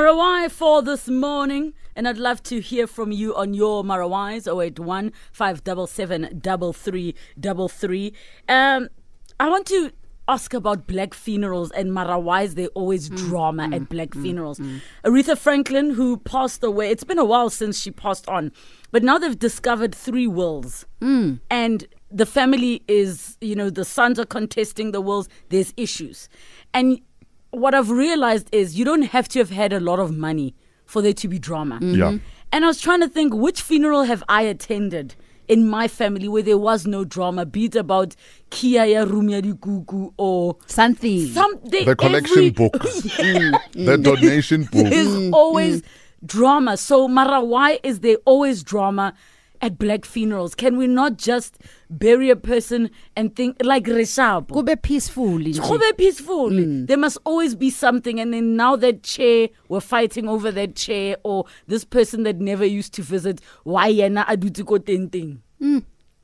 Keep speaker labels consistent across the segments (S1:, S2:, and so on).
S1: Marawai for this morning. And I'd love to hear from you on your Marawais 081 577 3333. Um, I want to ask about black funerals and Marawais. They always drama at black funerals. Aretha Franklin, who passed away, it's been a while since she passed on, but now they've discovered three wills. And the family is, you know, the sons are contesting the wills. There's issues. And what I've realized is you don't have to have had a lot of money for there to be drama.
S2: Mm-hmm. Yeah.
S1: And I was trying to think which funeral have I attended in my family where there was no drama, be it about Kia ya Rumia Rikuku or
S3: Something.
S1: something.
S2: The collection
S1: every-
S2: book.
S1: Yeah.
S2: The donation book.
S1: There's always drama. So, Mara, why is there always drama at black funerals? Can we not just bury a person and think like Reshab?
S3: Kube peaceful. nje.
S1: Kube peaceful.
S3: Mm.
S1: There must always be something. And then now that chair, we're fighting over that chair, or this person that never used to visit, why yena adutiko thing?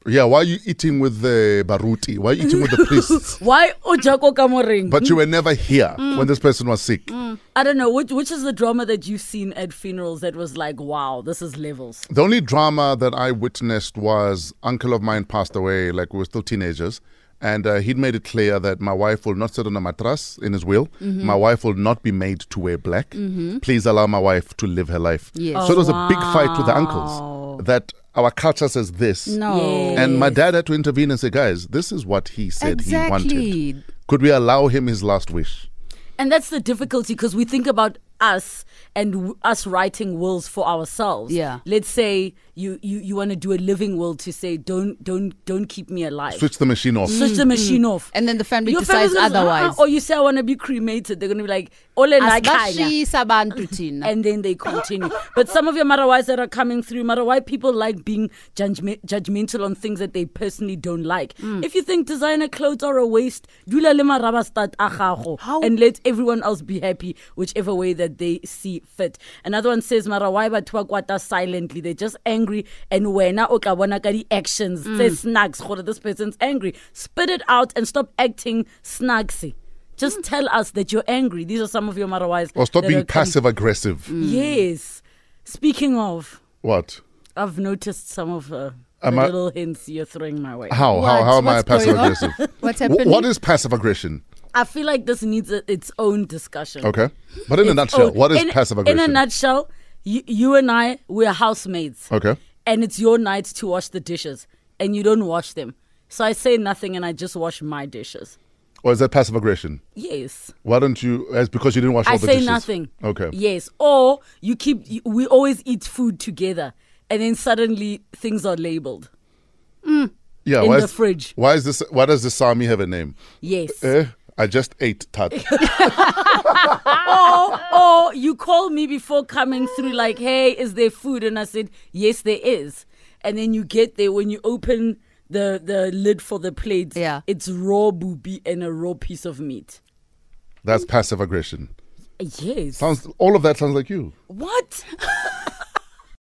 S2: Yeah, why are you eating with the Baruti? Why are you eating with the priests?
S1: Why ojako kamoring?
S2: But you were never here
S3: Mm.
S2: when this person was sick.
S1: I don't know. Which which is the drama that you've seen at funerals that was like, wow, this is levels.
S2: The only drama that I witnessed was uncle of mine passed away, like we were still teenagers. And uh, he'd made it clear that my wife will not sit on a mattress in his will.
S3: Mm-hmm.
S2: My wife will not be made to wear black. Please allow my wife to live her life.
S3: Yes.
S2: So it was a big fight with the
S1: wow.
S2: uncles that our culture says this.
S3: No.
S1: Yeah.
S2: And my dad had to intervene and say, guys, this is what he said he
S3: Exactly.
S2: wanted. Could we allow him his last wish?
S1: And that's the difficulty because we think about us and w- us writing wills for ourselves.
S3: Yeah.
S1: Let's say you you, you want to do a living will to say don't don't don't keep me alive.
S2: Switch the machine off.
S1: Switch the machine off.
S3: Mm. And then the family
S1: family
S3: decides
S1: says, "Uh-uh,"
S3: otherwise.
S1: or you say I want to be cremated. They're gonna be like ole la khanya."
S3: Asibashisa abantu thina.
S1: and then they continue. but some of your Marawais that are coming through, Marawai people like being judgme- judgmental on things that they personally don't like. If you think designer clothes are a waste, dula le maraba start a gago
S3: How-
S1: and let everyone else be happy, whichever way that they see fit. Another one says Marawai batho ba kwata silently. They're just angry and wena o tla bona ka actions tse snags gore this person's angry. Spit it out and stop acting snagsy. Just tell us that you're angry. These are some of your Marawais.
S2: Or stop
S1: that are
S2: being
S1: coming-
S2: passive aggressive. Mm.
S1: Yes. Speaking of,
S2: What?
S1: I've noticed some of uh, the
S2: Am I-
S1: little hints you're throwing my way.
S2: How? Oh, How,
S3: What?
S2: how am
S3: What's
S2: I passive
S3: going on?
S2: aggressive?
S3: What's
S2: Wh-
S3: happening?
S2: what is passive aggression?
S1: I feel like this needs a, its own discussion.
S2: Okay. But in a
S1: Its
S2: nutshell,
S1: own-
S2: what is
S1: in-
S2: passive aggression?
S1: In a nutshell, you, you and I, we're housemates.
S2: okay.
S1: And it's your night to wash the dishes, and you don't wash them. So I say nothing and I just wash my dishes.
S2: Or is that passive aggression?
S1: Yes.
S2: Why don't you? As because you didn't wash
S1: I
S2: all the
S1: say
S2: dishes.
S1: nothing.
S2: Okay.
S1: Yes. Or you keep, you- we always eat food together, and then suddenly things are labeled.
S2: Yeah.
S1: in
S2: why
S1: the
S2: is,
S1: fridge.
S2: Why is this? Why does the Sami have a name?
S1: Yes.
S2: Eh, I just ate tat.
S1: or, or you call me before coming through, like, hey, is there food? And I said, yes, there is. And then you get there when you open the, the lid for the plate,
S3: Yeah.
S1: it's raw booby and a raw piece of meat.
S2: That's passive aggression.
S1: Yes.
S2: Sounds. All of that sounds like you.
S1: what?